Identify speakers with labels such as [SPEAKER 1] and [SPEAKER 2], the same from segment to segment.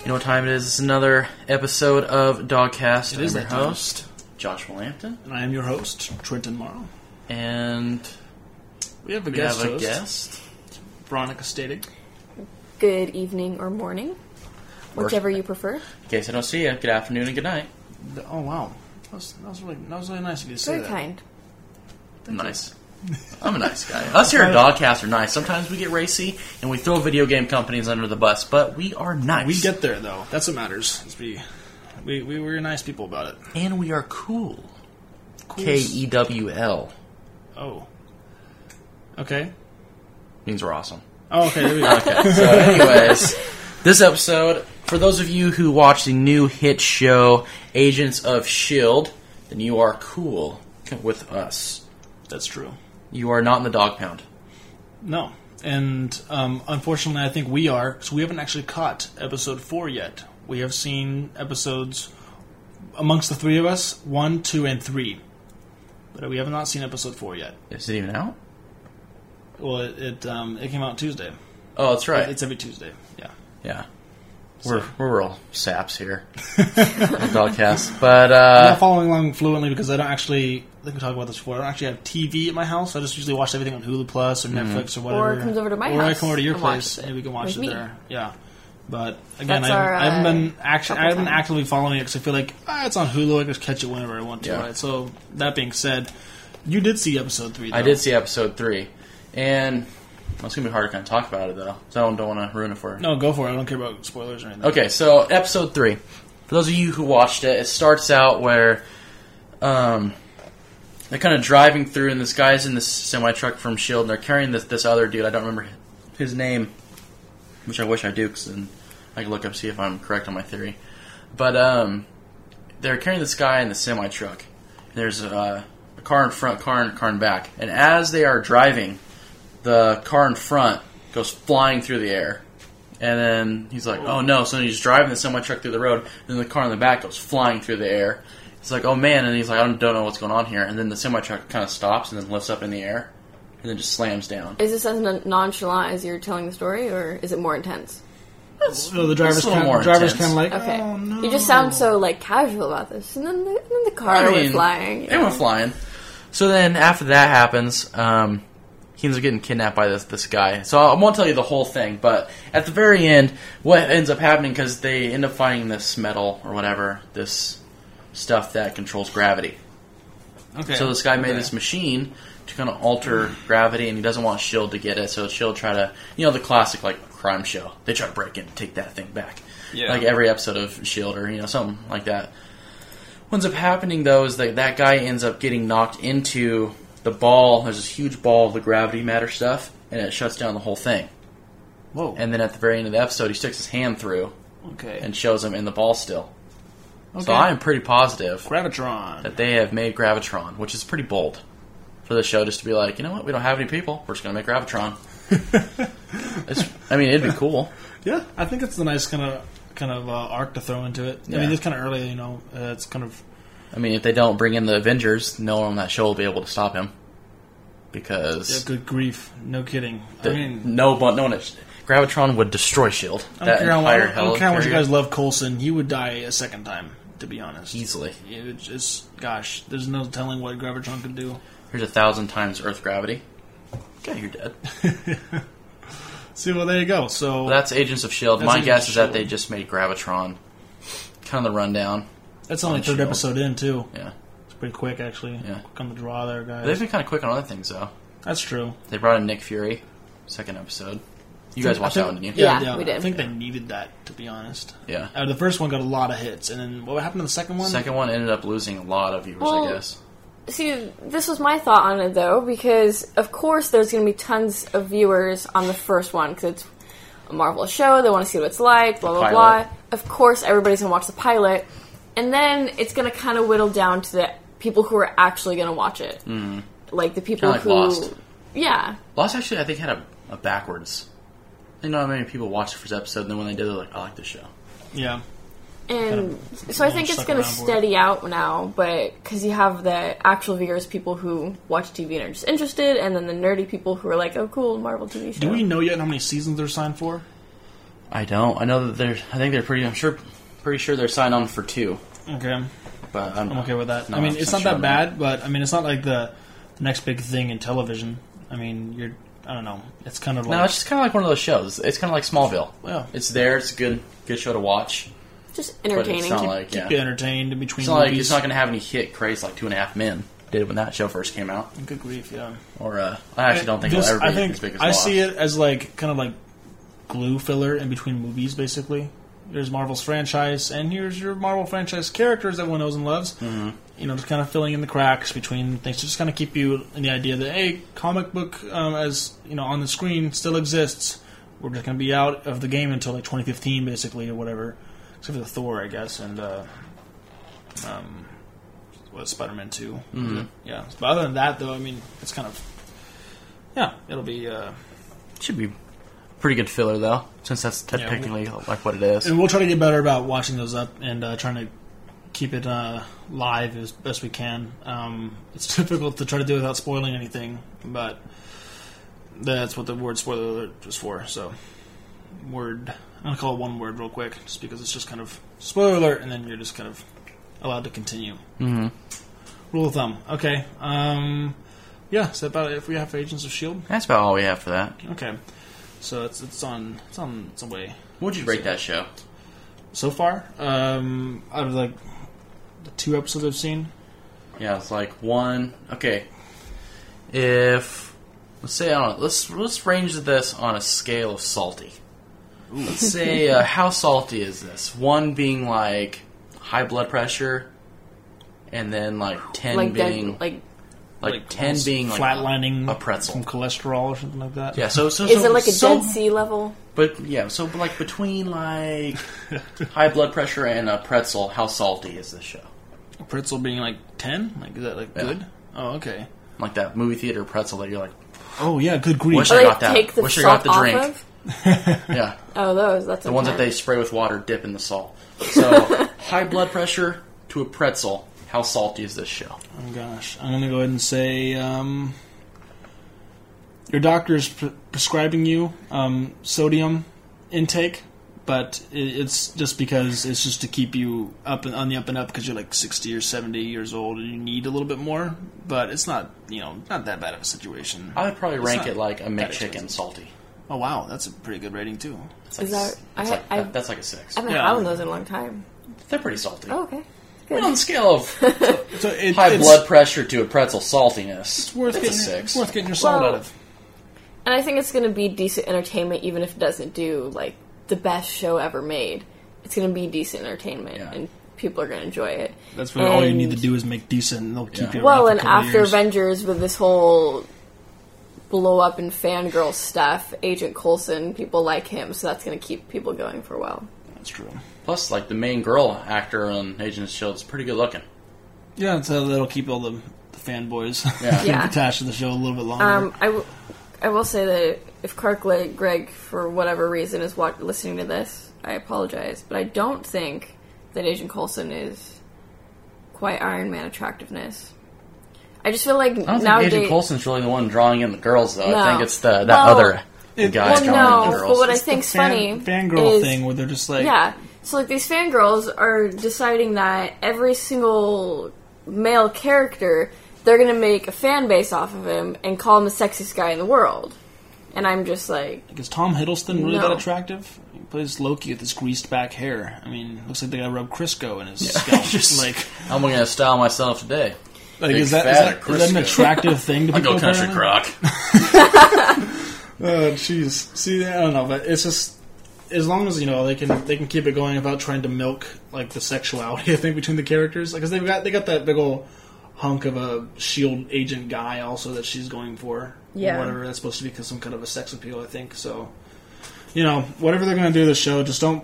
[SPEAKER 1] You know what time it is? It's another episode of Dogcast.
[SPEAKER 2] It is
[SPEAKER 1] I'm your
[SPEAKER 2] that time.
[SPEAKER 1] host, Josh Lampton,
[SPEAKER 2] And I am your host, Trenton Morrow.
[SPEAKER 1] and
[SPEAKER 2] We have a
[SPEAKER 1] we
[SPEAKER 2] guest
[SPEAKER 1] have a
[SPEAKER 2] host,
[SPEAKER 1] guest.
[SPEAKER 2] Veronica Stadig.
[SPEAKER 3] good evening or morning, whichever you prefer.
[SPEAKER 1] In case I don't see you, good afternoon and good night.
[SPEAKER 2] The- Oh wow, that was, that was really that was really nice of you to say
[SPEAKER 3] Very
[SPEAKER 2] that.
[SPEAKER 3] kind.
[SPEAKER 1] nice. I'm a nice guy. Us here at Dogcast are nice. Sometimes we get racy and we throw video game companies under the bus, but we are nice.
[SPEAKER 2] We get there though. That's what matters. Is we, we we were nice people about it.
[SPEAKER 1] and we are cool.
[SPEAKER 2] Cool.
[SPEAKER 1] K E W L
[SPEAKER 2] Oh. Okay.
[SPEAKER 1] means we're awesome.
[SPEAKER 2] Oh, okay. There we go.
[SPEAKER 1] Okay. So, anyways, this episode, for those of you who watch the new hit show Agents of Shield, E then you are cool with us.
[SPEAKER 2] That's true.
[SPEAKER 1] You are not in the dog pound.
[SPEAKER 2] No. And um, unfortunately, I think we are. So we haven't actually caught episode four yet. We have seen episodes amongst the three of us one, two, and three. But we have not seen episode four yet.
[SPEAKER 1] Is it even out?
[SPEAKER 2] Well, it it, um, it came out Tuesday.
[SPEAKER 1] Oh, that's right.
[SPEAKER 2] It's every Tuesday. Yeah.
[SPEAKER 1] yeah. We're, we're real saps here. Dogcast. But, uh,
[SPEAKER 2] I'm not following along fluently because I don't actually. I think we talked about this before. I don't actually have TV at my house. I just usually watch everything on Hulu Plus or
[SPEAKER 1] Mm-hmm.
[SPEAKER 2] Netflix or whatever.
[SPEAKER 3] Or it comes over to my
[SPEAKER 2] Or I
[SPEAKER 3] house
[SPEAKER 2] come over to your
[SPEAKER 3] and
[SPEAKER 2] place
[SPEAKER 3] watch it
[SPEAKER 2] and we can watch
[SPEAKER 3] with
[SPEAKER 2] it
[SPEAKER 3] me.
[SPEAKER 2] there. Yeah. But again, I
[SPEAKER 3] That's
[SPEAKER 2] haven't,
[SPEAKER 3] our,
[SPEAKER 2] I haven't
[SPEAKER 3] uh,
[SPEAKER 2] been actually. I
[SPEAKER 3] couple
[SPEAKER 2] haven't
[SPEAKER 3] time.
[SPEAKER 2] actively following it because I feel like ah, it's on Hulu. I can just catch it whenever I want to.
[SPEAKER 1] Yeah.
[SPEAKER 2] Right. So that being said, you did see episode three. Though.
[SPEAKER 1] I did see episode three. And well, it's going to be hard to kind of talk about it, though. So I don't, don't want to ruin it for
[SPEAKER 2] No, go for it. I don't care about spoilers or anything.
[SPEAKER 1] Okay, so episode three. For those of you who watched it, it starts out where um, they're kind of driving through, and this guy's in this semi truck from Shield, E and they're carrying this this other dude. I don't remember his name, which I wish I do, because then I can look up see if I'm correct on my theory. But um, they're carrying this guy in the semi truck. There's a, a car in front, car in, car in back, and as they are driving, the car in front goes flying through the air. And then he's like, "Oh no!" So he's driving the semi truck through the road, and then the car in the back goes flying through the air. He's like, "Oh man!" And he's like, "I don't, don't know what's going on here." And then the semi truck kind of stops and then lifts up in the air, and then just slams down.
[SPEAKER 3] Is this as non- nonchalant as you're telling the story, or is it more intense?
[SPEAKER 2] So Oh, the driver's
[SPEAKER 1] It's a little
[SPEAKER 2] kind
[SPEAKER 1] more
[SPEAKER 2] of, driver's
[SPEAKER 1] intense.
[SPEAKER 2] kind of like,
[SPEAKER 3] Okay,
[SPEAKER 2] oh no.
[SPEAKER 3] you just sound so like casual about this, and then the, and then the car
[SPEAKER 1] I
[SPEAKER 3] went
[SPEAKER 1] mean,
[SPEAKER 3] flying. you
[SPEAKER 1] They went
[SPEAKER 3] know?
[SPEAKER 1] flying. So then after that happens, um, he ends up getting kidnapped by this this guy. So I won't tell you the whole thing, but at the very end, what ends up happening because they end up finding this metal or whatever, this stuff that controls gravity.
[SPEAKER 2] Okay.
[SPEAKER 1] So this guy made
[SPEAKER 2] Okay.
[SPEAKER 1] this machine to kind of alter gravity, and he doesn't want Shield E to get it. So Shield try to, you know, the classic like crime show. They try to break in, and take that thing back.
[SPEAKER 2] Yeah.
[SPEAKER 1] Like every episode of Shield, E or you know, something like that. What ends up happening though is that that guy ends up getting knocked into the ball. There's this huge ball of the gravity matter stuff, and it shuts down the whole thing.
[SPEAKER 2] Whoa.
[SPEAKER 1] And then at the very end of the episode, he sticks his hand through
[SPEAKER 2] okay.
[SPEAKER 1] and shows him in the ball still.
[SPEAKER 2] okay.
[SPEAKER 1] So I am pretty positive
[SPEAKER 2] Gravitron.
[SPEAKER 1] that they have made Gravitron, which is pretty bold for the show just to be like, you know what, we don't have any people, we're just going to make Gravitron. it's, I mean, it'd be cool.
[SPEAKER 2] Yeah, I think it's the nice kind of kind of uh, arc to throw into it. I
[SPEAKER 1] Yeah.
[SPEAKER 2] mean, it's kind of early, you know. Uh, it's kind of
[SPEAKER 1] I mean, if they don't bring in the Avengers, no one on that show will be able to stop him
[SPEAKER 2] yeah,
[SPEAKER 1] because
[SPEAKER 2] good grief. No kidding. I
[SPEAKER 1] the-
[SPEAKER 2] mean,
[SPEAKER 1] no, but no one. is- Gravitron would destroy Shield.
[SPEAKER 2] I don't care, how, I don't, I
[SPEAKER 1] hell
[SPEAKER 2] don't care how much you guys love Colson. He would die a second time, to be honest.
[SPEAKER 1] easily.
[SPEAKER 2] It's just gosh, there's no telling what Gravitron could do.
[SPEAKER 1] Here's a thousand times Earth gravity. Okay, you're dead.
[SPEAKER 2] See, well, there you go. So
[SPEAKER 1] Well, that's Agents of Shield.
[SPEAKER 2] That's
[SPEAKER 1] E My
[SPEAKER 2] Agents
[SPEAKER 1] guess
[SPEAKER 2] of
[SPEAKER 1] is that
[SPEAKER 2] S.H.I.E.L.D..
[SPEAKER 1] they just made Gravitron. Kind of the rundown.
[SPEAKER 2] that's only third
[SPEAKER 1] Shield.
[SPEAKER 2] episode in too.
[SPEAKER 1] Yeah,
[SPEAKER 2] It's pretty quick, actually.
[SPEAKER 1] Yeah.
[SPEAKER 2] Quick on the draw there, guys.
[SPEAKER 1] they've been kind of quick on other things though.
[SPEAKER 2] that's true.
[SPEAKER 1] They brought in Nick Fury, second episode. You guys watched
[SPEAKER 2] I
[SPEAKER 1] that
[SPEAKER 2] think-
[SPEAKER 1] one, didn't you?
[SPEAKER 3] Yeah, we did.
[SPEAKER 2] I think they needed that, to be honest.
[SPEAKER 1] Yeah.
[SPEAKER 2] Uh, the first one got a lot of hits, and then what happened to the second one?
[SPEAKER 1] Second one ended up losing a lot of viewers,
[SPEAKER 3] Well-
[SPEAKER 1] I guess.
[SPEAKER 3] See, this was my thought on it though, because of course there's going to be tons of viewers on the first one because it's a Marvel show. They want to see what it's like, blah blah
[SPEAKER 1] pilot.
[SPEAKER 3] blah. Of course, everybody's going to watch the pilot, and then it's going to kind of whittle down to the people who are actually going to watch it, mm. like the people
[SPEAKER 1] Hmm. Kinda like
[SPEAKER 3] who,
[SPEAKER 1] Lost.
[SPEAKER 3] yeah,
[SPEAKER 1] Lost actually, I think, had a, a backwards. I think not many people watched the first episode, and then when they did, they're like, I like this show.
[SPEAKER 2] Yeah.
[SPEAKER 3] and
[SPEAKER 2] Kinda
[SPEAKER 3] so I think it's
[SPEAKER 2] stuck
[SPEAKER 3] going to
[SPEAKER 2] around for it.
[SPEAKER 3] steady out now, but because you have the actual viewers, people who watch TV and are just interested, and then the nerdy people who are like, oh cool, Marvel TV show.
[SPEAKER 2] Do we know yet how many seasons they're signed for?
[SPEAKER 1] I don't. I know that they're. I think they're pretty. I'm sure. Pretty sure they're signed on for two.
[SPEAKER 2] Okay.
[SPEAKER 1] But I'm,
[SPEAKER 2] I'm okay with that.
[SPEAKER 1] No,
[SPEAKER 2] I mean,
[SPEAKER 1] I'm
[SPEAKER 2] it's
[SPEAKER 1] so
[SPEAKER 2] not
[SPEAKER 1] sure
[SPEAKER 2] that
[SPEAKER 1] I'm
[SPEAKER 2] bad, but I mean, it's not like the next big thing in television. I mean, you're, I don't know. It's kind of like,
[SPEAKER 1] No, it's just kind of like one of those shows. It's kind of like Smallville.
[SPEAKER 2] yeah,
[SPEAKER 1] It's there. It's a good good show to watch.
[SPEAKER 3] Just
[SPEAKER 1] But it's
[SPEAKER 3] entertaining.
[SPEAKER 1] not like yeah.
[SPEAKER 2] keep you entertained in between
[SPEAKER 1] It's not like
[SPEAKER 2] movies.
[SPEAKER 1] it's not going to have any hit craze like Two and a Half Men did when that show first came out.
[SPEAKER 2] Good grief, yeah.
[SPEAKER 1] Or uh, I actually don't think
[SPEAKER 2] This-
[SPEAKER 1] it'll ever be
[SPEAKER 2] I think
[SPEAKER 1] as big as
[SPEAKER 2] I
[SPEAKER 1] Lost.
[SPEAKER 2] see it as like kind of like glue filler in between movies, basically. There's Marvel's franchise, and here's your Marvel franchise characters everyone knows and loves. Mm-hmm. You know, just kind of filling in the cracks between things to just kind of keep you in the idea that hey, comic book um, as you know on the screen still exists. We're just going to be out of the game until like 2015, basically, or whatever. Except for the Thor, I guess, and uh, um, what Spider Man 2
[SPEAKER 1] Mm-hmm.
[SPEAKER 2] Yeah, but other than that, though, I mean, it's kind of yeah, it'll be. Uh,
[SPEAKER 1] Should be pretty good filler though, since that's
[SPEAKER 2] we-
[SPEAKER 1] technically like what it is.
[SPEAKER 2] and we'll try to get better about watching those up and uh, trying to keep it uh, live as best we can. Um, it's difficult to try to do without spoiling anything, but that's what the word spoiler alert is for. So, word. I'm gonna call it one word real quick, just because it's just kind of spoiler alert, and then you're just kind of allowed to continue. Mm-hmm. Rule of thumb. Okay. Um, yeah, so about it if we have Agents of Shield.
[SPEAKER 1] That's about all we have for that.
[SPEAKER 2] E Okay. So it's it's on it's on its way.
[SPEAKER 1] Would you rate that show?
[SPEAKER 2] so far. Um, out of like the two episodes I've seen,
[SPEAKER 1] Yeah, it's like one. Okay, if let's say I don't know, let's let's range this on a scale of salty. Let's say uh, how salty is this? One being like high blood pressure, and then like ten
[SPEAKER 3] Like
[SPEAKER 1] being
[SPEAKER 3] dead, like
[SPEAKER 1] like, ten
[SPEAKER 2] almost
[SPEAKER 1] being like
[SPEAKER 2] flatlining
[SPEAKER 1] a pretzel.
[SPEAKER 2] some cholesterol or something like that.
[SPEAKER 1] yeah. So so
[SPEAKER 3] is
[SPEAKER 1] so,
[SPEAKER 3] it like a
[SPEAKER 1] so,
[SPEAKER 3] Dead Sea level?
[SPEAKER 1] But yeah, so but, like between like high blood pressure and a pretzel, how salty is this show?
[SPEAKER 2] pretzel being like ten, like is that like good? Oh, okay.
[SPEAKER 1] Like that movie theater pretzel that you're like,
[SPEAKER 2] Oh yeah, good grief.
[SPEAKER 1] Wish I
[SPEAKER 3] Or they
[SPEAKER 1] got that.
[SPEAKER 3] take the
[SPEAKER 1] Wish I got
[SPEAKER 3] salt
[SPEAKER 1] the
[SPEAKER 3] off
[SPEAKER 1] drink.
[SPEAKER 3] of?
[SPEAKER 1] yeah,
[SPEAKER 3] Oh, those. That's
[SPEAKER 1] the ones that they spray with water, dip in the salt. So high blood pressure to a pretzel, how salty is this show?
[SPEAKER 2] Oh gosh, I'm gonna go ahead and say um, your doctor is pre- prescribing you um, sodium intake, but i it's just because it's just to keep you up and on the up and up because you're like 60 or 70 years old and you need a little bit more. But it's not you know not that bad of a situation.
[SPEAKER 1] I would probably rank
[SPEAKER 2] not
[SPEAKER 1] it like a
[SPEAKER 2] that
[SPEAKER 1] McChicken
[SPEAKER 2] expensive.
[SPEAKER 1] salty.
[SPEAKER 2] Oh wow, that's a pretty good rating too.
[SPEAKER 1] It's like,
[SPEAKER 3] Is that-
[SPEAKER 1] it's
[SPEAKER 3] I-
[SPEAKER 1] like-
[SPEAKER 3] I-
[SPEAKER 1] that's like a six.
[SPEAKER 3] I haven't
[SPEAKER 2] Yeah.
[SPEAKER 3] found those in a long time.
[SPEAKER 1] They're pretty salty.
[SPEAKER 3] Oh, okay.
[SPEAKER 1] On the scale of
[SPEAKER 2] So it,
[SPEAKER 1] high
[SPEAKER 2] it's,
[SPEAKER 1] blood pressure to a pretzel saltiness,
[SPEAKER 2] It's worth
[SPEAKER 1] it's
[SPEAKER 2] getting,
[SPEAKER 1] a six.
[SPEAKER 2] it's worth getting your salt
[SPEAKER 3] Well-
[SPEAKER 2] out of.
[SPEAKER 3] And I think it's going to be decent entertainment, even if it doesn't do like the best show ever made. It's going to be decent entertainment,
[SPEAKER 1] Yeah.
[SPEAKER 3] and people are going to enjoy it.
[SPEAKER 2] That's what all you
[SPEAKER 3] And-
[SPEAKER 2] need to do is make decent, and they'll keep
[SPEAKER 1] Yeah.
[SPEAKER 2] you.
[SPEAKER 3] Well,
[SPEAKER 2] around
[SPEAKER 3] and
[SPEAKER 2] for a couple
[SPEAKER 3] after
[SPEAKER 2] years.
[SPEAKER 3] Avengers with this whole blow up and fangirl stuff, Agent Coulson, people like him, so that's going to keep people going for a while.
[SPEAKER 2] that's true.
[SPEAKER 1] Plus, like the main girl actor on Agent of Shield E is pretty good looking.
[SPEAKER 2] Yeah, so that'll keep all the, the fanboys
[SPEAKER 1] Yeah.
[SPEAKER 3] Yeah.
[SPEAKER 2] attached to the show a little bit longer.
[SPEAKER 3] Um, I, w- I will say that if Clark Le- Gregg, for whatever reason, is wa- listening to this, I apologize, but I don't think that Agent Coulson is quite Iron Man attractiveness. I just feel like
[SPEAKER 1] I don't
[SPEAKER 3] nowadays.
[SPEAKER 1] think Agent Coulson's really the one drawing in the girls, though.
[SPEAKER 3] No.
[SPEAKER 1] I think it's the that
[SPEAKER 3] Well-
[SPEAKER 1] other
[SPEAKER 2] It-
[SPEAKER 1] guy
[SPEAKER 2] well,
[SPEAKER 1] drawing in
[SPEAKER 3] no,
[SPEAKER 1] the girls.
[SPEAKER 3] but what I
[SPEAKER 2] It's the
[SPEAKER 3] think's
[SPEAKER 2] fan-
[SPEAKER 3] funny
[SPEAKER 2] fangirl
[SPEAKER 3] is-
[SPEAKER 2] thing where they're just like,
[SPEAKER 3] Yeah. So like these fangirls are deciding that every single male character they're gonna make a fan base off of him and call him the sexiest guy in the world. And I'm just like
[SPEAKER 2] like, is Tom Hiddleston really that
[SPEAKER 3] No.
[SPEAKER 2] attractive? He plays Loki with his greased back hair. I mean, looks like they got to rub Crisco in his scalp.
[SPEAKER 1] Just-
[SPEAKER 2] like,
[SPEAKER 1] I'm gonna style myself today.
[SPEAKER 2] like
[SPEAKER 1] big
[SPEAKER 2] is, that,
[SPEAKER 1] fat
[SPEAKER 2] is, that, is that an
[SPEAKER 1] Crisco.
[SPEAKER 2] attractive thing to
[SPEAKER 1] I go
[SPEAKER 2] people?
[SPEAKER 1] country
[SPEAKER 2] apparently?
[SPEAKER 1] crock.
[SPEAKER 2] Oh, jeez. See, I don't know, but it's just as long as you know they can they can keep it going without trying to milk like the sexuality I think between the characters because they've got they got that big old hunk of a shield E agent guy also that she's going for
[SPEAKER 3] Yeah.
[SPEAKER 2] whatever that's supposed to be 'cause some kind of a sex appeal I think so you know whatever they're gonna do to the show just don't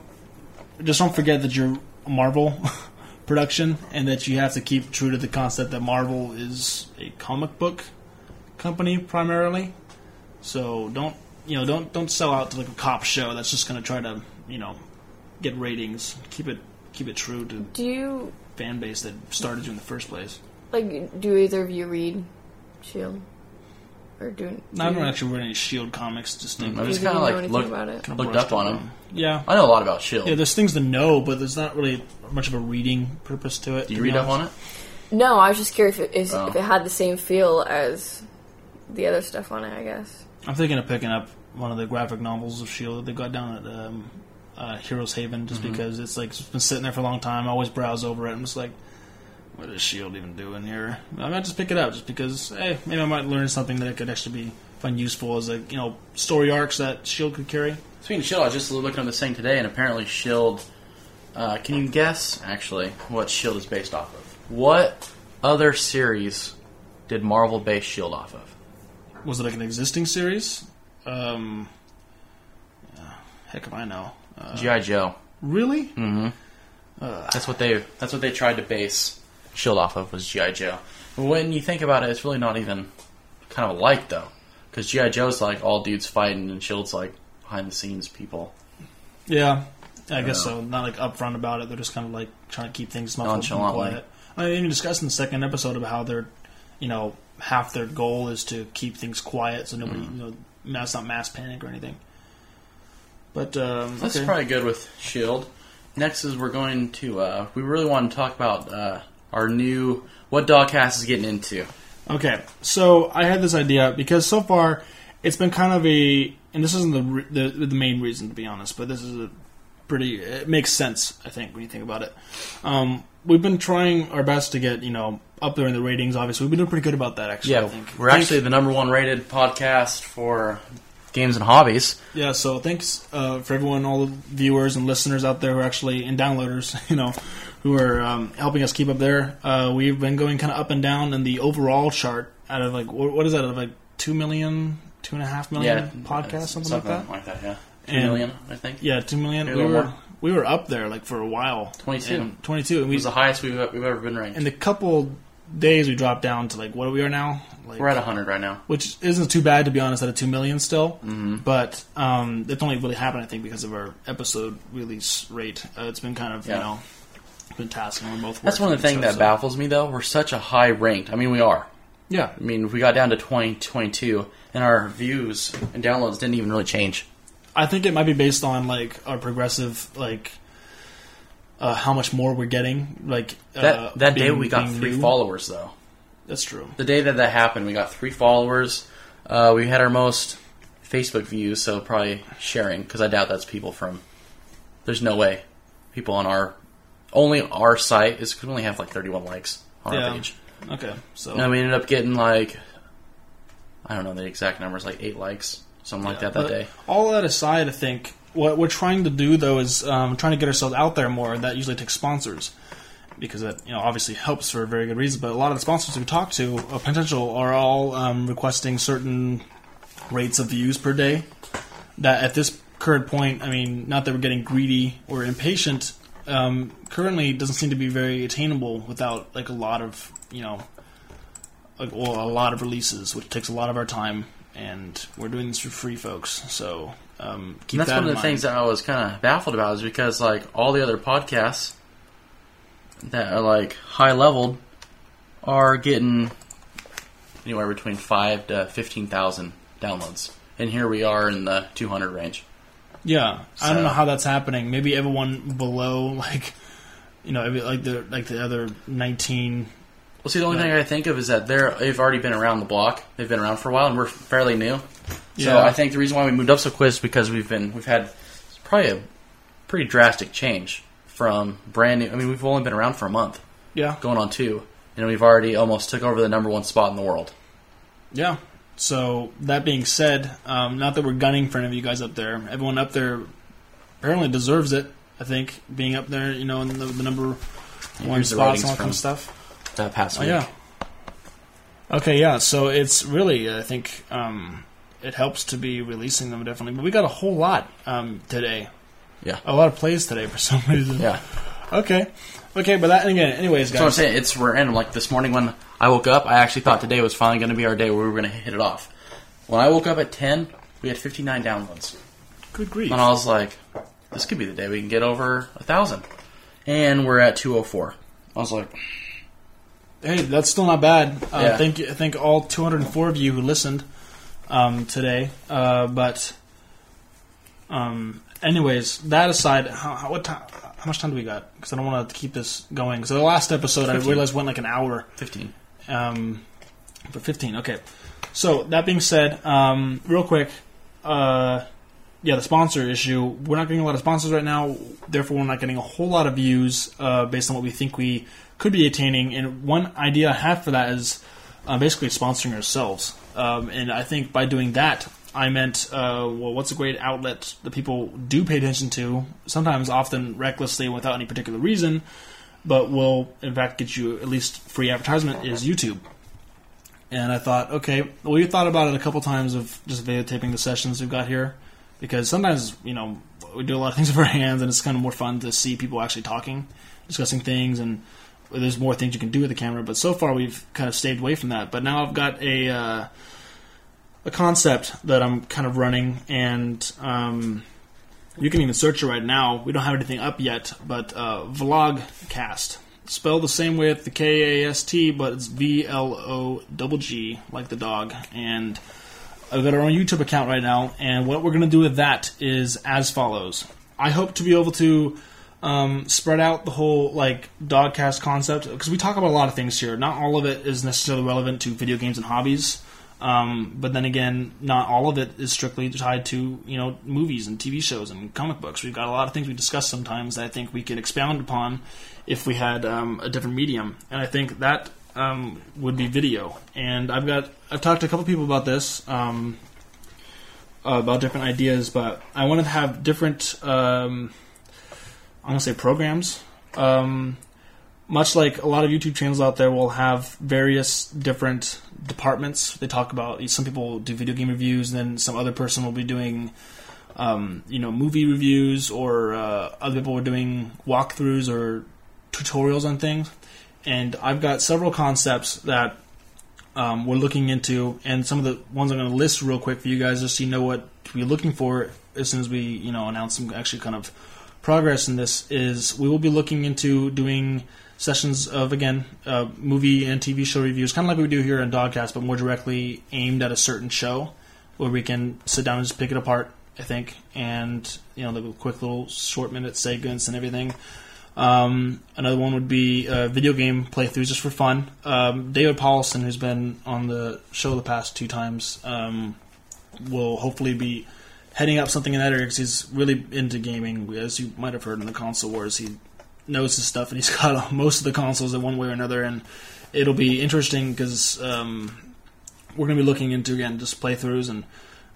[SPEAKER 2] just don't forget that you're a Marvel production and that you have to keep true to the concept that Marvel is a comic book company primarily so don't you know don't don't sell out to like a cop show that's just going to try to you know get ratings. Keep it keep it true to
[SPEAKER 3] Do you
[SPEAKER 2] fan base that started you in the first place.
[SPEAKER 3] like do either of you read Shield? or doing.
[SPEAKER 2] I don't actually read any Shield comics distinctly.
[SPEAKER 1] Mm, I just
[SPEAKER 3] You
[SPEAKER 1] kind of
[SPEAKER 3] didn't know
[SPEAKER 1] like
[SPEAKER 3] anything
[SPEAKER 1] looked,
[SPEAKER 3] about it. Kinda
[SPEAKER 1] looked up on him.
[SPEAKER 2] Yeah,
[SPEAKER 1] I know a lot about Shield.
[SPEAKER 2] yeah. There's things to know, but there's not really much of a reading purpose to it.
[SPEAKER 1] Do you read up on it?
[SPEAKER 3] No, I was just curious if it, is,
[SPEAKER 1] Oh.
[SPEAKER 3] if it had the same feel as the other stuff on it. I guess.
[SPEAKER 2] I'm thinking of picking up one of the graphic novels of Shield that they got down at um, uh, Heroes Haven, just because it's like it's been sitting there for a long time. I always browse over it. I'm just like, what is Shield even doing here? I might just pick it up just because. Hey, maybe I might learn something that could actually be fun, useful as like you know story arcs that Shield could carry.
[SPEAKER 1] Speaking of Shield, I was just looking up this thing today, and apparently Shield. Uh, can you guess actually what Shield is based off of? What other series did Marvel base Shield off of?
[SPEAKER 2] Was it like an existing series? Um, uh, heck if I know. Uh,
[SPEAKER 1] GI Joe.
[SPEAKER 2] really?
[SPEAKER 1] That's what they. That's what they tried to base Shield off of was GI Joe. But when you think about it, it's really not even kind of alike though, because GI Joe's like all dudes fighting, and Shield's like behind the scenes people.
[SPEAKER 2] Yeah, I guess so. Not like upfront about it. They're just kind of like trying to keep things muffled and
[SPEAKER 1] Nonchalantly.
[SPEAKER 2] quiet. I even discussed in the second episode about how they're, you know, half their goal is to keep things quiet so nobody,
[SPEAKER 1] Mm.
[SPEAKER 2] you know, that's not mass panic or anything. But um,
[SPEAKER 1] That's
[SPEAKER 2] okay.
[SPEAKER 1] probably good with Shield. Next is we're going to. Uh, we really want to talk about uh, our new what Dogcast is getting into.
[SPEAKER 2] Okay, so I had this idea because so far it's been kind of a, and this isn't the re- the, the main reason to be honest, but this is a pretty. It makes sense, I think, when you think about it. Um, we've been trying our best to get you know up there in the ratings. Obviously, we've been doing pretty good about that. Actually, I
[SPEAKER 1] Yeah,
[SPEAKER 2] think.
[SPEAKER 1] we're actually the number one rated podcast for games and hobbies.
[SPEAKER 2] Yeah, so thanks uh, for everyone, all the viewers and listeners out there who are actually and downloaders, you know, who are um, helping us keep up there. Uh, we've been going kind of up and down in the overall chart. Out of like, wh- what is that? Out of like two million, two and a half million
[SPEAKER 1] Yeah,
[SPEAKER 2] podcasts, something, like that.
[SPEAKER 1] yeah, two
[SPEAKER 2] And-
[SPEAKER 1] million, I think.
[SPEAKER 2] Yeah, two million.
[SPEAKER 1] Maybe a
[SPEAKER 2] We
[SPEAKER 1] little
[SPEAKER 2] were
[SPEAKER 1] more.
[SPEAKER 2] we were up there like for a while.
[SPEAKER 1] 22.
[SPEAKER 2] And- Twenty-two, and
[SPEAKER 1] it
[SPEAKER 2] we
[SPEAKER 1] was the highest we've, we've ever been ranked.
[SPEAKER 2] in the couple days we dropped down to like what we are now. Like,
[SPEAKER 1] we're at hundred right now.
[SPEAKER 2] which isn't too bad to be honest at a 2 million still but um, it's only really happened i think because of our episode release rate uh, it's been kind of
[SPEAKER 1] Yeah.
[SPEAKER 2] you know been tasking we're both
[SPEAKER 1] That's one of the things that
[SPEAKER 2] about
[SPEAKER 1] baffles me, though. We're such a high ranked. I mean, we are.
[SPEAKER 2] yeah
[SPEAKER 1] I mean, we got down to 2022, and our views and downloads didn't even really change.
[SPEAKER 2] i think it might be based on like our progressive like uh, how much more we're getting like
[SPEAKER 1] That
[SPEAKER 2] uh,
[SPEAKER 1] that day
[SPEAKER 2] being-
[SPEAKER 1] we got
[SPEAKER 2] being
[SPEAKER 1] three
[SPEAKER 2] new.
[SPEAKER 1] followers, though.
[SPEAKER 2] that's true
[SPEAKER 1] The day that that happened, we got three followers. Uh, we had our most Facebook views, so probably sharing because I doubt that's people from. There's no way people on our only our site is 'cause we only have like 31 likes on
[SPEAKER 2] yeah
[SPEAKER 1] our page.
[SPEAKER 2] okay so
[SPEAKER 1] And we ended up getting like I don't know the exact numbers, like eight likes, something like that that
[SPEAKER 2] But
[SPEAKER 1] day.
[SPEAKER 2] All that aside, I think what we're trying to do though is um, trying to get ourselves out there more, and that usually takes sponsors because that you know obviously helps for a very good reason. But a lot of the sponsors we talk to, uh, potential, are all um, requesting certain rates of views per day. That at this current point, I mean, not that we're getting greedy or impatient. Um, currently, doesn't seem to be very attainable without like a lot of you know like, well, a lot of releases, which takes a lot of our time, and we're doing this for free, folks. So um, keep
[SPEAKER 1] And that's
[SPEAKER 2] that
[SPEAKER 1] one
[SPEAKER 2] in
[SPEAKER 1] of the
[SPEAKER 2] mind.
[SPEAKER 1] things that I was kind of baffled about is because like all the other podcasts that are like high leveled are getting anywhere between five to fifteen thousand downloads, and here we are in the two hundred range.
[SPEAKER 2] Yeah, I don't
[SPEAKER 1] So-
[SPEAKER 2] know how that's happening. Maybe everyone below, like, you know, every- like the like the other nineteen.
[SPEAKER 1] Well, see, the only thing I think of is that they're they've already been around the block. They've been around for a while, and we're fairly new. So
[SPEAKER 2] Yeah.
[SPEAKER 1] I think the reason why we moved up so quick is because we've been we've had probably a pretty drastic change from brand new. I mean, we've only been around for a month,
[SPEAKER 2] Yeah,
[SPEAKER 1] going on two, and we've already almost took over the number one spot in the world.
[SPEAKER 2] yeah. So that being said, um, not that we're gunning for any of you guys up there. Everyone up there apparently deserves it. I think being up there, you know, in the, the number one
[SPEAKER 1] here's the
[SPEAKER 2] spots
[SPEAKER 1] ratings
[SPEAKER 2] and all that kind
[SPEAKER 1] from-
[SPEAKER 2] of stuff.
[SPEAKER 1] That past week,
[SPEAKER 2] Oh, Yeah. Okay, yeah. So it's really, I think, um, it helps to be releasing them definitely. But we got a whole lot um, today.
[SPEAKER 1] Yeah.
[SPEAKER 2] A lot of plays today for some reason.
[SPEAKER 1] yeah.
[SPEAKER 2] Okay. Okay, but that again, anyways,
[SPEAKER 1] That's what I'm
[SPEAKER 2] guys.
[SPEAKER 1] saying. It's we're random. Like this morning when I woke up, I actually thought today was finally going to be our day where we were going to hit it off. When I woke up at ten, we had 59 downloads.
[SPEAKER 2] Good grief.
[SPEAKER 1] And I was like, this could be the day we can get over a thousand. And we're at 204. I was like,
[SPEAKER 2] Hey, that's still not bad. Uh,
[SPEAKER 1] Yeah.
[SPEAKER 2] Thank you. Thank all 204 of you who listened. um, today. Uh, but, um, anyways, that aside, how, how, what time, how much time do we got? Because I don't want to keep this going. So the last episode, I
[SPEAKER 1] 15.
[SPEAKER 2] realized went like an hour.
[SPEAKER 1] Fifteen.
[SPEAKER 2] Um, but 15, okay. So, that being said, um, real quick, uh, yeah, the sponsor issue. We're not getting a lot of sponsors right now, therefore, we're not getting a whole lot of views uh, based on what we think we could be attaining. And one idea I have for that is uh, basically sponsoring ourselves. Um, and I think by doing that, I meant, uh, well, what's a great outlet that people do pay attention to, sometimes often recklessly without any particular reason, but will in fact get you at least free advertisement is YouTube. And I thought, okay, well, we thought about it a couple times of just videotaping the sessions we've got here because sometimes you know we do a lot of things with our hands and it's kind of more fun to see people actually talking, discussing things, and there's more things you can do with the camera. But so far we've kind of stayed away from that. But now I've got a uh, a concept that I'm kind of running and. Um, you can even search it right now. We don't have anything up yet, but uh, Vlogcast. Spelled the same way with the K A S T, but it's V L O double G, like the dog. And I've got our own YouTube account right now, and what we're going to do with that is as follows. I hope to be able to um, spread out the whole like dogcast concept because we talk about a lot of things here. Not all of it is necessarily relevant to video games and hobbies, um, but then again, not all of it is strictly tied to you know movies and TV shows and comic books. We've got a lot of things we discuss sometimes that I think we could expound upon if we had um, a different medium, and I think that um, would be video. And I've got I've talked to a couple people about this. Um, uh, about different ideas, but I want to have different um, I'm gonna say programs. Um, much like a lot of YouTube channels out there will have various different departments. They talk about some people do video game reviews, and then some other person will be doing, um, you know, movie reviews, or uh, other people are doing walkthroughs or tutorials on things. And I've got several concepts that um, we're looking into, and some of the ones I'm going to list real quick for you guys, just so you know what to be looking for as soon as we, you know, announce some actually kind of progress in this. Is we will be looking into doing sessions of again uh, movie and TV show reviews, kind of like we do here on Dogcast, but more directly aimed at a certain show, where we can sit down and just pick it apart. I think, and you know, the quick little short minute segments and everything. Um, another one would be uh, video game playthroughs just for fun. Um, David Paulson, who's been on the show the past two times, um, will hopefully be heading up something in that area because he's really into gaming. As you might have heard in the console wars, he knows his stuff and he's got most of the consoles in one way or another. And it'll be interesting because um, we're going to be looking into again just playthroughs and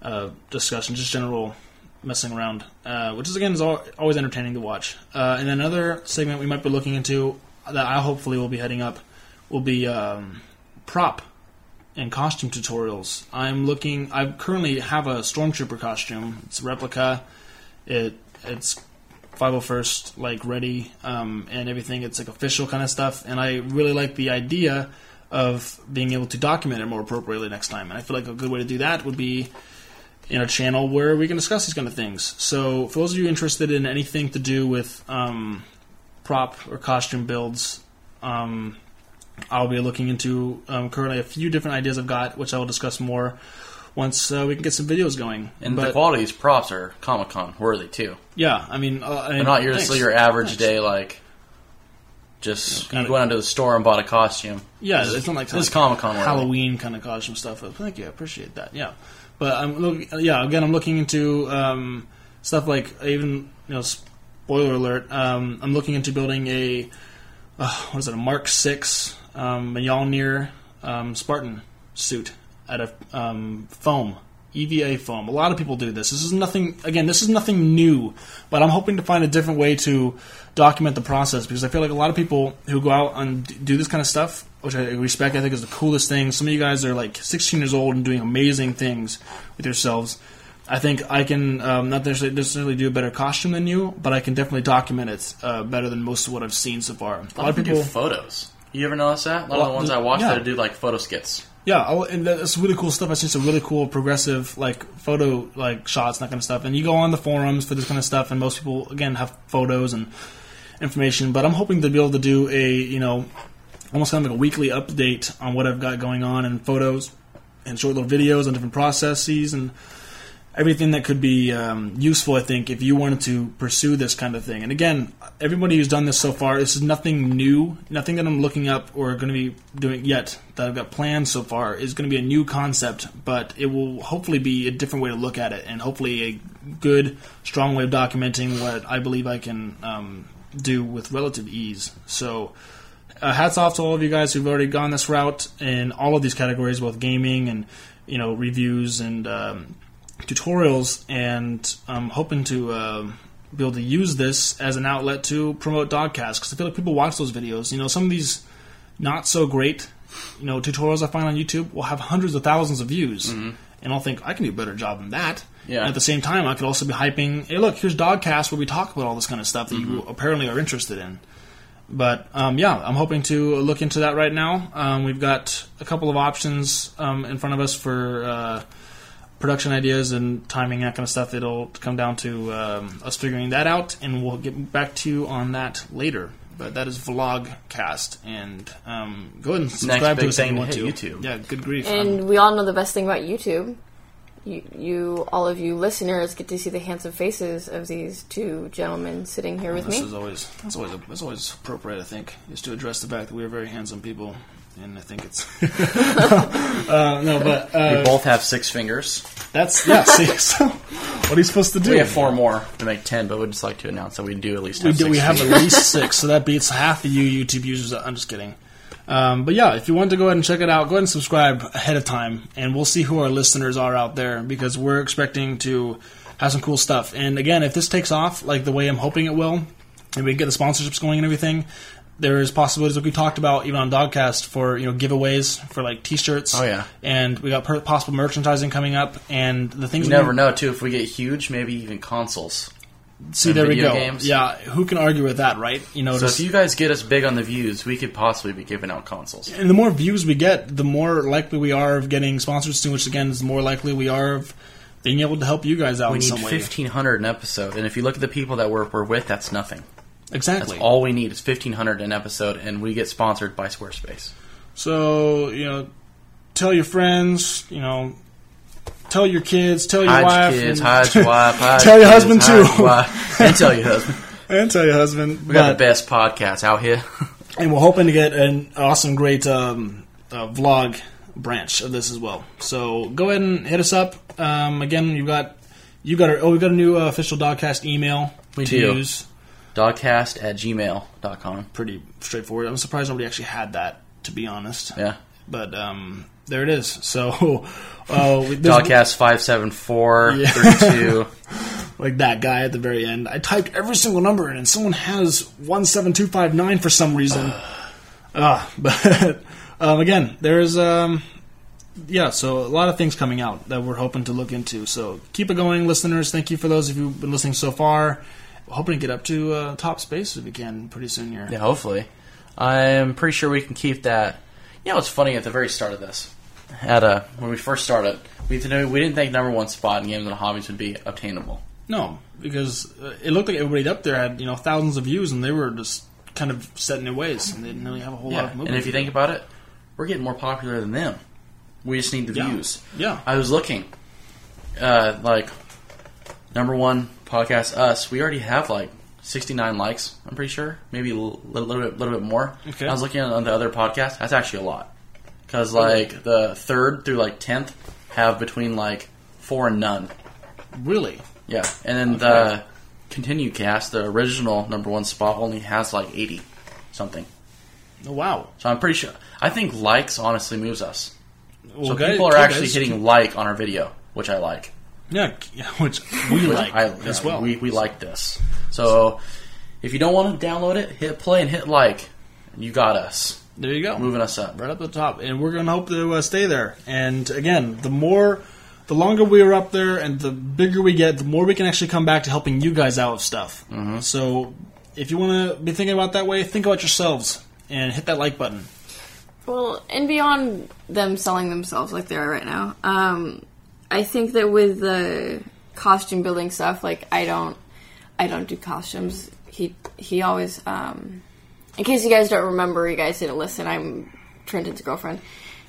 [SPEAKER 2] uh, discussion, just general messing around, uh, which is again is al- always entertaining to watch. Uh, and then another segment we might be looking into that I hopefully will be heading up will be um, prop and costume tutorials. I'm looking. I currently have a stormtrooper costume. It's a replica. It it's 501st like ready um, and everything. It's like official kind of stuff, and I really like the idea of being able to document it more appropriately next time. And I feel like a good way to do that would be in a channel where we can discuss these kind of things. So, for those of you interested in anything to do with um, prop or costume builds, um, I'll be looking into um, currently a few different ideas I've got, which I will discuss more once uh, we can get some videos going.
[SPEAKER 1] And
[SPEAKER 2] But,
[SPEAKER 1] the quality of these props are Comic Con worthy too.
[SPEAKER 2] yeah, I mean, uh, I mean
[SPEAKER 1] They're not your
[SPEAKER 2] thanks.
[SPEAKER 1] so your average
[SPEAKER 2] Thanks.
[SPEAKER 1] day like just
[SPEAKER 2] kinda-
[SPEAKER 1] you went out to the store and bought a costume.
[SPEAKER 2] Yeah, it's not like
[SPEAKER 1] This is
[SPEAKER 2] like
[SPEAKER 1] Comic-Con worthy.
[SPEAKER 2] Halloween kind of costume stuff. But thank you, I appreciate that. Yeah, but I'm look. Yeah, again, I'm looking into um, stuff like even you know, spoiler alert. Um, I'm looking into building a uh, what is it, a Mark Six um, Mjolnir um, Spartan suit out of um, foam. EVA foam. A lot of people do this. This is nothing. Again, this is nothing new, but I'm hoping to find a different way to document the process because I feel like a lot of people who go out and d- do this kind of stuff, which I respect, I think is the coolest thing. Some of you guys are like 16 years old and doing amazing things with yourselves. I think I can um, not necessarily necessarily do a better costume than you, but I can definitely document it uh, better than most of what I've seen so far.
[SPEAKER 1] A lot of people do photos. You ever notice that? A lot of
[SPEAKER 2] Well,
[SPEAKER 1] the ones
[SPEAKER 2] the-
[SPEAKER 1] I watch
[SPEAKER 2] yeah.
[SPEAKER 1] that do like photo skits.
[SPEAKER 2] Yeah, I'll, and that's really cool stuff. I've seen some really cool progressive like photo like shots and that kind of stuff. And you go on the forums for this kind of stuff, and most people again have photos and information. But I'm hoping to be able to do a you know almost kind of like a weekly update on what I've got going on and photos and short little videos on different processes and everything that could be um, useful, I think, if you wanted to pursue this kind of thing. And again, everybody who's done this so far, this is nothing new, nothing that I'm looking up or going to be doing yet that I've got planned so far is going to be a new concept, but it will hopefully be a different way to look at it and hopefully a good, strong way of documenting what I believe I can um, do with relative ease. So. Uh, hats off to all of you guys who've already gone this route in all of these categories, both gaming and you know reviews and um, tutorials and I'm hoping to uh, be able to use this as an outlet to promote Dogcast because I feel like people watch those videos. You know, some of these not so great, you know, tutorials I find on YouTube will have hundreds of thousands of views, and I'll think I can do a better job than that.
[SPEAKER 1] Yeah.
[SPEAKER 2] At the same time, I could also be hyping, "Hey, look, here's Dogcast where we talk about all this kind of stuff that you apparently are interested in." But um, yeah, I'm hoping to look into that right now. Um, we've got a couple of options um, in front of us for uh, production ideas and timing that kind of stuff. It'll come down to um, us figuring that out, and we'll get back to you on that later. But that is vlogcast, and um, go ahead and subscribe to
[SPEAKER 1] big
[SPEAKER 2] us if
[SPEAKER 1] thing
[SPEAKER 2] you
[SPEAKER 1] to
[SPEAKER 2] want to.
[SPEAKER 1] hit YouTube.
[SPEAKER 2] Yeah, good grief. Um,
[SPEAKER 3] And we all know the best thing about YouTube. You, you, all of you listeners, get to see the handsome faces of these two gentlemen sitting here with
[SPEAKER 2] this
[SPEAKER 3] me.
[SPEAKER 2] is always that's always that's always appropriate. I think is to address the fact that we are very handsome people, and I think it's uh, no, but uh,
[SPEAKER 1] we both have six fingers.
[SPEAKER 2] that's yeah. See, so what are you supposed to do?
[SPEAKER 1] We have four more to make ten, but we'd just like to announce that we do at least have
[SPEAKER 2] we do.
[SPEAKER 1] six
[SPEAKER 2] We have
[SPEAKER 1] fingers.
[SPEAKER 2] at least six, so that beats half of you YouTube users. I'm just kidding. Um, but yeah, if you want to go ahead and check it out, go ahead and subscribe ahead of time, and we'll see who our listeners are out there because we're expecting to have some cool stuff. And again, if this takes off like the way I'm hoping it will, and we get the sponsorships going and everything, there is possibilities like we talked about even on Dogcast for you know giveaways for like T-shirts.
[SPEAKER 1] Oh, yeah.
[SPEAKER 2] and we got per- possible merchandising coming up, and the things
[SPEAKER 1] You
[SPEAKER 2] we-
[SPEAKER 1] never know too if we get huge, maybe even consoles.
[SPEAKER 2] See,
[SPEAKER 1] and
[SPEAKER 2] there we
[SPEAKER 1] video
[SPEAKER 2] go.
[SPEAKER 1] games.
[SPEAKER 2] Yeah, who can argue with that, right? You know,
[SPEAKER 1] So
[SPEAKER 2] just-
[SPEAKER 1] if you guys get us big on the views, we could possibly be giving out consoles.
[SPEAKER 2] and the more views we get, the more likely we are of getting sponsors too, which again is the more likely we are of being able to help you guys out
[SPEAKER 1] We
[SPEAKER 2] in
[SPEAKER 1] need
[SPEAKER 2] some way.
[SPEAKER 1] fifteen hundred an episode, and if you look at the people that we're, we're with, that's nothing.
[SPEAKER 2] Exactly.
[SPEAKER 1] All we need is fifteen hundred an episode, and we get sponsored by Squarespace.
[SPEAKER 2] so you know, tell your friends. You know, tell your kids. Tell your
[SPEAKER 1] Hide
[SPEAKER 2] wife.
[SPEAKER 1] your kids,
[SPEAKER 2] and,
[SPEAKER 1] hide your wife, hide
[SPEAKER 2] Tell your
[SPEAKER 1] kids,
[SPEAKER 2] husband,
[SPEAKER 1] hide
[SPEAKER 2] too.
[SPEAKER 1] your wife, and tell your husband.
[SPEAKER 2] and tell your husband.
[SPEAKER 1] We got
[SPEAKER 2] But-
[SPEAKER 1] the best podcast out here.
[SPEAKER 2] and we're hoping to get an awesome, great um, uh, vlog branch of this as well. So go ahead and hit us up. Um, again, you've got you got our, oh, we've got a new uh, official Dogcast email
[SPEAKER 1] We
[SPEAKER 2] to
[SPEAKER 1] do.
[SPEAKER 2] use.
[SPEAKER 1] Dogcast at gmail.com.
[SPEAKER 2] pretty straightforward. I'm surprised nobody actually had that, to be honest.
[SPEAKER 1] Yeah.
[SPEAKER 2] But um, there it is. So, uh, we- there's-
[SPEAKER 1] Dogcast five seven four
[SPEAKER 2] Yeah.
[SPEAKER 1] three two.
[SPEAKER 2] like that guy at the very end, I typed every single number in, and someone has one seven two five nine for some reason. Ah, but um, again, there's um, yeah, so a lot of things coming out that we're hoping to look into. So keep it going, listeners. Thank you for those of you who've been listening so far. We're hoping to get up to uh, top space if we can pretty soon here.
[SPEAKER 1] Yeah, hopefully. I'm pretty sure we can keep that. You know, it's funny at the very start of this, at uh, when we first started, we didn't, we didn't think number one spot in games and hobbies would be obtainable.
[SPEAKER 2] No, because uh, it looked like everybody up there had you know thousands of views, and they were just kind of set in their ways, and they didn't really have a whole lot of movement.
[SPEAKER 1] and if you think about it, we're getting more popular than them. We just need the
[SPEAKER 2] Yeah.
[SPEAKER 1] views.
[SPEAKER 2] yeah,
[SPEAKER 1] I was looking, uh, like number one podcast us. We already have like sixty nine likes. I'm pretty sure, maybe a little, little bit, little bit more.
[SPEAKER 2] Okay.
[SPEAKER 1] I was looking on the other podcast. That's actually a lot because like the third through like tenth have between like four and none.
[SPEAKER 2] really,
[SPEAKER 1] Yeah, and then the continue cast, the original number one spot, only has like eighty something.
[SPEAKER 2] oh, wow.
[SPEAKER 1] So I'm pretty sure. I think likes honestly moves us.
[SPEAKER 2] Well,
[SPEAKER 1] So
[SPEAKER 2] guys-
[SPEAKER 1] people are
[SPEAKER 2] hey,
[SPEAKER 1] actually
[SPEAKER 2] guys,
[SPEAKER 1] hitting like on our video, which I like.
[SPEAKER 2] yeah, yeah, which we
[SPEAKER 1] Which
[SPEAKER 2] like
[SPEAKER 1] I-
[SPEAKER 2] as
[SPEAKER 1] yeah,
[SPEAKER 2] well.
[SPEAKER 1] We, we like this. So if you don't want to download it, hit play and hit like. You got us.
[SPEAKER 2] there you go,
[SPEAKER 1] Moving us up.
[SPEAKER 2] right up the top, and we're gonna hope to uh, stay there. And again, the more, the longer we are up there, and the bigger we get, the more we can actually come back to helping you guys out with stuff.
[SPEAKER 1] Mm-hmm.
[SPEAKER 2] So, if you want to be thinking about that way, think about yourselves and hit that like button.
[SPEAKER 3] Well, and beyond them selling themselves like they are right now, um, I think that with the costume building stuff, like I don't, I don't do costumes. He he always. Um, in case you guys don't remember, you guys didn't listen. I'm Trenton's girlfriend,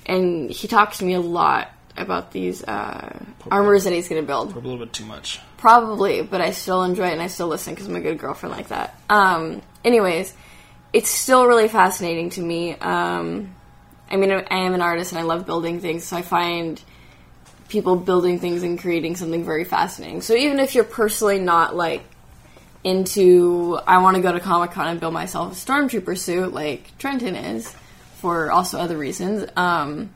[SPEAKER 3] and he talks to me a lot about these uh, armors that he's going to build.
[SPEAKER 2] a little bit too much.
[SPEAKER 3] Probably, but I still enjoy it and I still listen because I'm a good girlfriend like that. Um, anyways, it's still really fascinating to me. Um, I mean, I am an artist and I love building things, so I find people building things and creating something very fascinating. So even if you're personally not like into, I want to go to Comic Con and build myself a stormtrooper suit like Trenton is, for also other reasons. Um,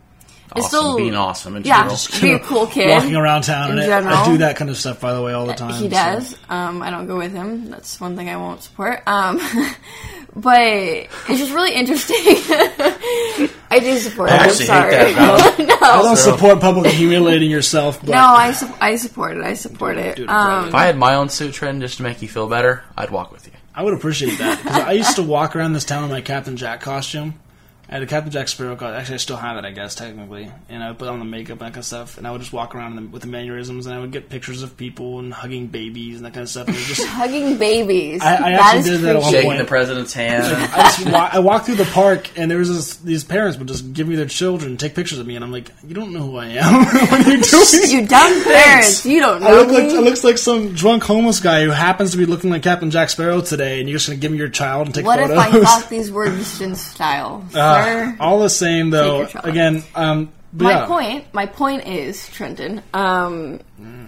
[SPEAKER 3] it's
[SPEAKER 1] Awesome,
[SPEAKER 3] still
[SPEAKER 1] being awesome in
[SPEAKER 3] yeah,
[SPEAKER 1] general.
[SPEAKER 3] just be a cool kid.
[SPEAKER 2] Walking around town,
[SPEAKER 3] in
[SPEAKER 2] and I, I
[SPEAKER 3] general.
[SPEAKER 2] do that kind of stuff by the way all the time.
[SPEAKER 3] He
[SPEAKER 2] so-
[SPEAKER 3] does. Um, I don't go with him. That's one thing I won't support. Um, but it's just really interesting. I do support.
[SPEAKER 1] I
[SPEAKER 3] it. I'm
[SPEAKER 1] actually hate
[SPEAKER 3] sorry.
[SPEAKER 1] that about
[SPEAKER 2] I don't
[SPEAKER 1] So-
[SPEAKER 2] support publicly humiliating yourself, but
[SPEAKER 3] no, I su- I support it. I support it.
[SPEAKER 2] Dude,
[SPEAKER 3] um,
[SPEAKER 1] If I had my own suit trend just to make you feel better, I'd walk with you.
[SPEAKER 2] I would appreciate that because I used to walk around this town in my Captain Jack costume. I had a Captain Jack Sparrow costume. Actually, I still have it, I guess, technically. And I would put on the makeup and that kind of stuff. And I would just walk around in the- with the mannerisms, and I would get pictures of people and hugging babies and that kind of stuff. And it was just
[SPEAKER 3] hugging babies.
[SPEAKER 2] I- I
[SPEAKER 3] That
[SPEAKER 2] actually
[SPEAKER 3] is
[SPEAKER 2] did that a lot.
[SPEAKER 3] creepy.
[SPEAKER 1] Shaking
[SPEAKER 2] point.
[SPEAKER 1] the president's hand.
[SPEAKER 2] I just wa- I walked through the park, and there was this, these parents would just give me their children, take pictures of me, and I'm like, you don't know who I am. what are you doing?
[SPEAKER 3] You dumb parents. You don't know
[SPEAKER 2] I look like
[SPEAKER 3] me.
[SPEAKER 2] I looks like some drunk homeless guy who happens to be looking like Captain Jack Sparrow today, and you're just gonna give me your child and take
[SPEAKER 3] what if
[SPEAKER 2] photos.
[SPEAKER 3] I thought these were just in style,
[SPEAKER 2] Uh,
[SPEAKER 3] sir?
[SPEAKER 2] all the same, though.
[SPEAKER 3] Take your child.
[SPEAKER 2] Again, um, but
[SPEAKER 3] my
[SPEAKER 2] yeah,
[SPEAKER 3] point my point is trenton um,
[SPEAKER 2] Mm.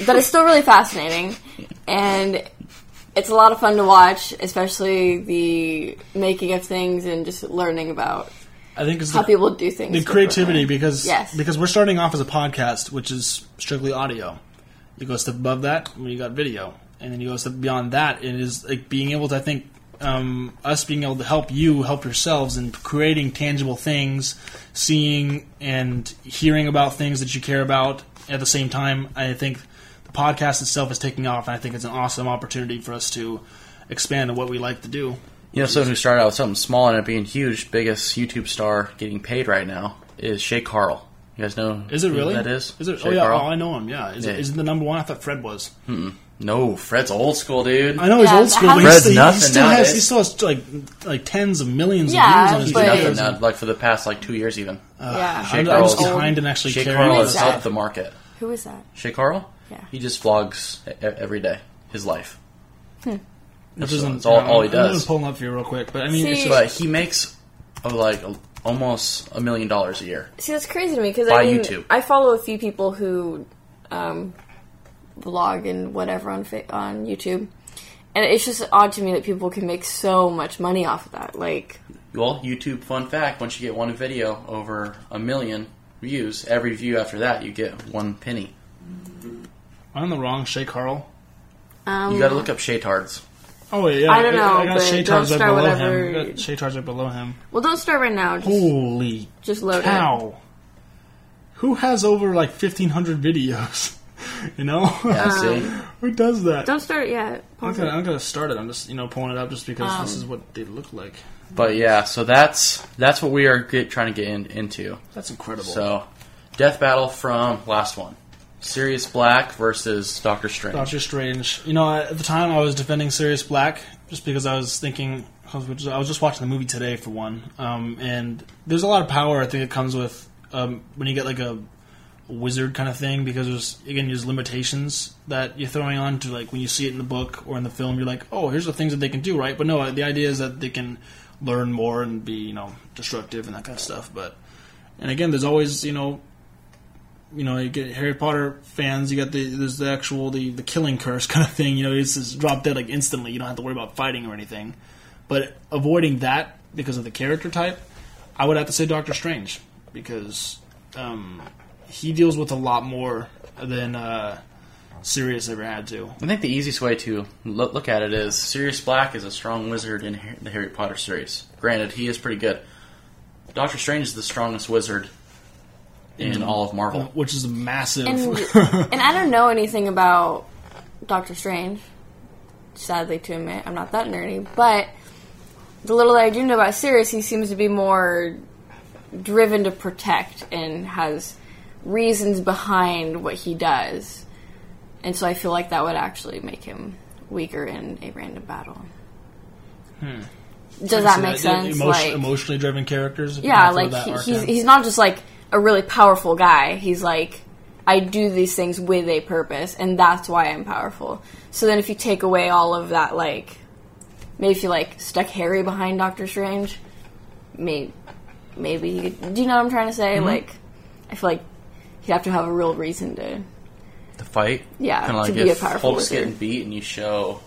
[SPEAKER 3] that is still really fascinating and it's a lot of fun to watch especially the making of things and just learning about
[SPEAKER 2] I think it's
[SPEAKER 3] how
[SPEAKER 2] the,
[SPEAKER 3] people do things
[SPEAKER 2] the
[SPEAKER 3] differently.
[SPEAKER 2] creativity because
[SPEAKER 3] Yes.
[SPEAKER 2] because we're starting off as a podcast, which is strictly audio. You go a step above that when you got video, and then you go a step beyond that. and It is like being able to, I think, um, us being able to help you help yourselves in creating tangible things, seeing and hearing about things that you care about. At the same time, I think the podcast itself is taking off, and I think it's an awesome opportunity for us to expand on what we like to do.
[SPEAKER 1] You know, someone who started out with something small and ended up being huge, biggest YouTube star getting paid right now is Shay Carl. You guys know
[SPEAKER 2] Is it
[SPEAKER 1] who
[SPEAKER 2] really?
[SPEAKER 1] Mm, that is?
[SPEAKER 2] Is it?
[SPEAKER 1] Shay
[SPEAKER 2] oh yeah.
[SPEAKER 1] Carl?
[SPEAKER 2] Oh, I know him. Yeah. Is,
[SPEAKER 1] Yeah.
[SPEAKER 2] It, is it the number one? I thought Fred was.
[SPEAKER 1] No, Fred's old school, dude.
[SPEAKER 2] I know he's
[SPEAKER 3] Yeah,
[SPEAKER 2] old
[SPEAKER 3] but
[SPEAKER 2] school,
[SPEAKER 3] how
[SPEAKER 2] but
[SPEAKER 3] does-
[SPEAKER 2] he
[SPEAKER 1] Fred's
[SPEAKER 2] still, he
[SPEAKER 1] nothing
[SPEAKER 2] still has
[SPEAKER 1] nowadays.
[SPEAKER 2] he still has like like tens of millions
[SPEAKER 3] Yeah,
[SPEAKER 2] of views
[SPEAKER 1] He's
[SPEAKER 3] but-
[SPEAKER 2] on his
[SPEAKER 1] nothing
[SPEAKER 2] videos.
[SPEAKER 1] now, like for the past like two years even.
[SPEAKER 2] uh,
[SPEAKER 3] yeah
[SPEAKER 1] Shay
[SPEAKER 2] I'm, I'm just
[SPEAKER 1] Carl's-
[SPEAKER 2] behind and actually
[SPEAKER 1] Shay
[SPEAKER 2] caring.
[SPEAKER 1] Carl is
[SPEAKER 3] that?
[SPEAKER 1] up the market.
[SPEAKER 3] who is that
[SPEAKER 1] Shay Carl?
[SPEAKER 3] Yeah.
[SPEAKER 1] He just vlogs e- e- every day, his life.
[SPEAKER 3] Hmm.
[SPEAKER 2] This
[SPEAKER 1] So
[SPEAKER 2] isn't-
[SPEAKER 1] it's all-
[SPEAKER 2] no,
[SPEAKER 1] all he
[SPEAKER 2] I'm gonna
[SPEAKER 1] does.
[SPEAKER 2] pull him up here real quick, but I mean, it's
[SPEAKER 3] See-
[SPEAKER 2] just,
[SPEAKER 1] But he makes oh, like al- almost a million dollars a year.
[SPEAKER 3] see that's crazy to me because
[SPEAKER 1] By
[SPEAKER 3] i mean
[SPEAKER 1] YouTube.
[SPEAKER 3] i follow a few people who um, vlog and whatever on fa- on youtube and it's just odd to me that people can make so much money off of that like
[SPEAKER 1] Well, YouTube fun fact: once you get one video over a million views, every view after that you get one penny.
[SPEAKER 2] I'm on the wrong Shay Carl.
[SPEAKER 3] um,
[SPEAKER 1] You got to look up Shaytards.
[SPEAKER 2] Oh wait, yeah,
[SPEAKER 3] I don't know,
[SPEAKER 2] I got
[SPEAKER 3] but
[SPEAKER 2] Shay
[SPEAKER 3] don't
[SPEAKER 2] Charles right
[SPEAKER 3] start
[SPEAKER 2] below
[SPEAKER 3] whatever-
[SPEAKER 2] him. I got Shay Charles right below him.
[SPEAKER 3] well don't start right now just,
[SPEAKER 2] Holy
[SPEAKER 3] just load it
[SPEAKER 2] cow! Who has over like 1,500 videos? you know,
[SPEAKER 1] Yeah, see,
[SPEAKER 3] Um.
[SPEAKER 2] who does that?
[SPEAKER 3] Don't start it yet.
[SPEAKER 2] I'm
[SPEAKER 3] Pause
[SPEAKER 2] gonna,
[SPEAKER 3] it.
[SPEAKER 2] I'm gonna start it. I'm just you know pulling it up just because
[SPEAKER 3] Um,
[SPEAKER 2] this is what they look like.
[SPEAKER 1] but yeah, so that's that's what we are get, trying to get in, into.
[SPEAKER 2] That's incredible.
[SPEAKER 1] So, death battle from last one: Sirius Black versus Doctor Strange.
[SPEAKER 2] Doctor Strange. You know, at the time I was defending Sirius Black just because I was thinking I was I was just watching the movie today for one, um, and there's a lot of power I think it comes with um, when you get like a wizard kind of thing because there's again there's limitations that you're throwing on to like when you see it in the book or in the film you're like oh here's the things that they can do right but no the idea is that they can learn more and be you know destructive and that kind of stuff but and again there's always you know you know, you get Harry Potter fans. You got the there's the actual the, the killing curse kind of thing. You know, it's just drop dead like instantly. You don't have to worry about fighting or anything. But avoiding that because of the character type, I would have to say Doctor Strange because um, he deals with a lot more than uh, Sirius ever had to.
[SPEAKER 1] I think the easiest way to lo- look at it is Sirius Black is a strong wizard in Har- the Harry Potter series. Granted, he is pretty good. Doctor Strange is the strongest wizard in all of Marvel.
[SPEAKER 2] Which is a massive.
[SPEAKER 3] And, and I don't know anything about Doctor Strange. Sadly, to admit, I'm not that nerdy. But the little that I do know about Sirius, he seems to be more driven to protect and has reasons behind what he does. And so I feel like that would actually make him weaker in a random battle. Does that make
[SPEAKER 2] So, yeah,
[SPEAKER 3] sense?
[SPEAKER 2] emotio-
[SPEAKER 3] like,
[SPEAKER 2] emotionally driven characters. if you wanna
[SPEAKER 3] yeah,
[SPEAKER 2] throw
[SPEAKER 3] like
[SPEAKER 2] that
[SPEAKER 3] he,
[SPEAKER 2] arc
[SPEAKER 3] he's
[SPEAKER 2] in.
[SPEAKER 3] he's not just like a really powerful guy. He's like, I do these things with a purpose, and that's why I'm powerful. So then, if you take away all of that, like, maybe if you like stuck Harry behind Doctor Strange, maybe, maybe you could, do you know what I'm trying to say? Like, I feel like he'd have to have a real reason to.
[SPEAKER 1] The fight,
[SPEAKER 3] Yeah,
[SPEAKER 1] kind
[SPEAKER 3] to
[SPEAKER 1] of like
[SPEAKER 3] be
[SPEAKER 1] if
[SPEAKER 3] a powerful
[SPEAKER 1] Hulk's
[SPEAKER 3] wizard.
[SPEAKER 1] getting beat, and you show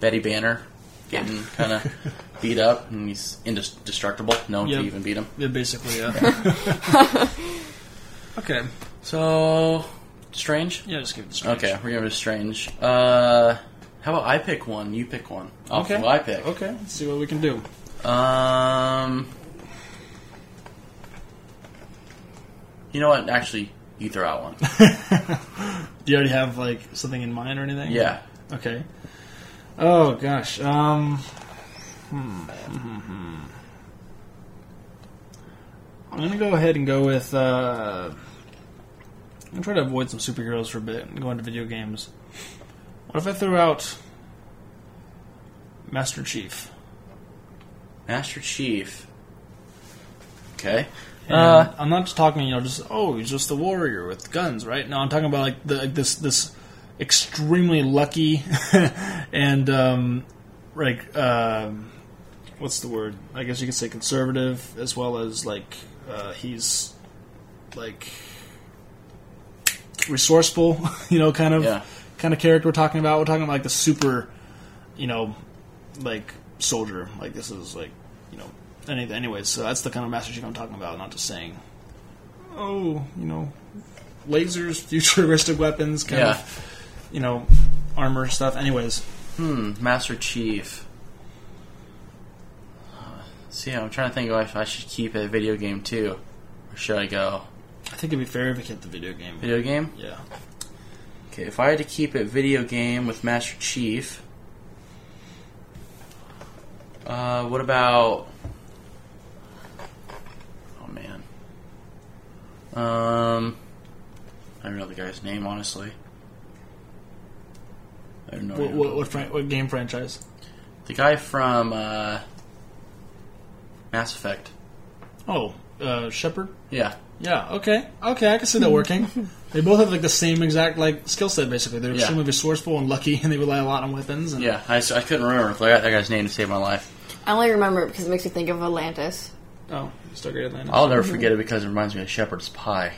[SPEAKER 1] Betty Banner getting kind of beat up, and he's indestructible. No one
[SPEAKER 2] Yep.
[SPEAKER 1] can even beat him.
[SPEAKER 2] Yeah, basically, yeah. okay.
[SPEAKER 1] So strange.
[SPEAKER 2] Yeah, just give it a try.
[SPEAKER 1] Okay, we're gonna do strange. Uh, how about I pick one? You pick one. I'll-
[SPEAKER 2] Okay.
[SPEAKER 1] well, I pick.
[SPEAKER 2] Okay, let's see what we can do.
[SPEAKER 1] Um, you know what? Actually, you throw out one.
[SPEAKER 2] Do you already have, like, something in mind or anything?
[SPEAKER 1] yeah.
[SPEAKER 2] Okay. Oh, gosh. Um. Hmm. I'm going to go ahead and go with. Uh, I'm going to try to avoid some superheroes for a bit and go into video games. What if I threw out Master Chief?
[SPEAKER 1] Master Chief. Okay.
[SPEAKER 2] Uh, I'm not just talking, you know, just oh, he's just the warrior with guns, right? No, I'm talking about like the like this this extremely lucky and um, like um, what's the word? I guess you could say conservative, as well as like uh, he's like resourceful, you know, kind of
[SPEAKER 1] Yeah.
[SPEAKER 2] kind of character we're talking about. We're talking about like the super, you know, like soldier. Like this is like you know. Any, anyways, so that's the kind of Master Chief I'm talking about. Not just saying, oh, you know, lasers, futuristic weapons, kind
[SPEAKER 1] Yeah.
[SPEAKER 2] of, you know, armor stuff. Anyways,
[SPEAKER 1] Hmm, Master Chief. Uh, See, I'm trying to think if I should keep a video game too, or should I go
[SPEAKER 2] I think it'd be fair if we kept the video game.
[SPEAKER 1] video game?
[SPEAKER 2] Yeah.
[SPEAKER 1] Okay, if I had to keep a video game with Master Chief, uh, what about? Oh man, um, I don't know the guy's name honestly. I don't know.
[SPEAKER 2] What, what, what, fran- what game franchise?
[SPEAKER 1] The guy from uh, Mass Effect.
[SPEAKER 2] Oh, uh, Shepard.
[SPEAKER 1] Yeah.
[SPEAKER 2] Yeah. Okay. Okay, I can see that working. they both have like the same exact like skill set. Basically, they're
[SPEAKER 1] Yeah.
[SPEAKER 2] extremely resourceful and lucky, and they rely a lot on weapons. And
[SPEAKER 1] Yeah, I, s- I couldn't remember. I got that guy's name to save my life.
[SPEAKER 3] I only remember it because it makes me think of Atlantis.
[SPEAKER 2] Oh, Stargate Atlantis.
[SPEAKER 1] I'll never forget it because it reminds me of Shepherd's Pie.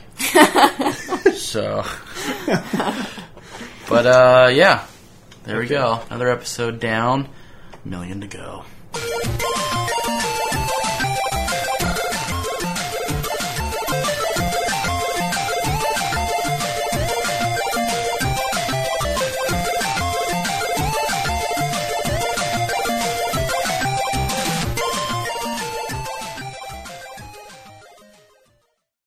[SPEAKER 1] so. but, uh, yeah. There we go. Another episode down. Million to go.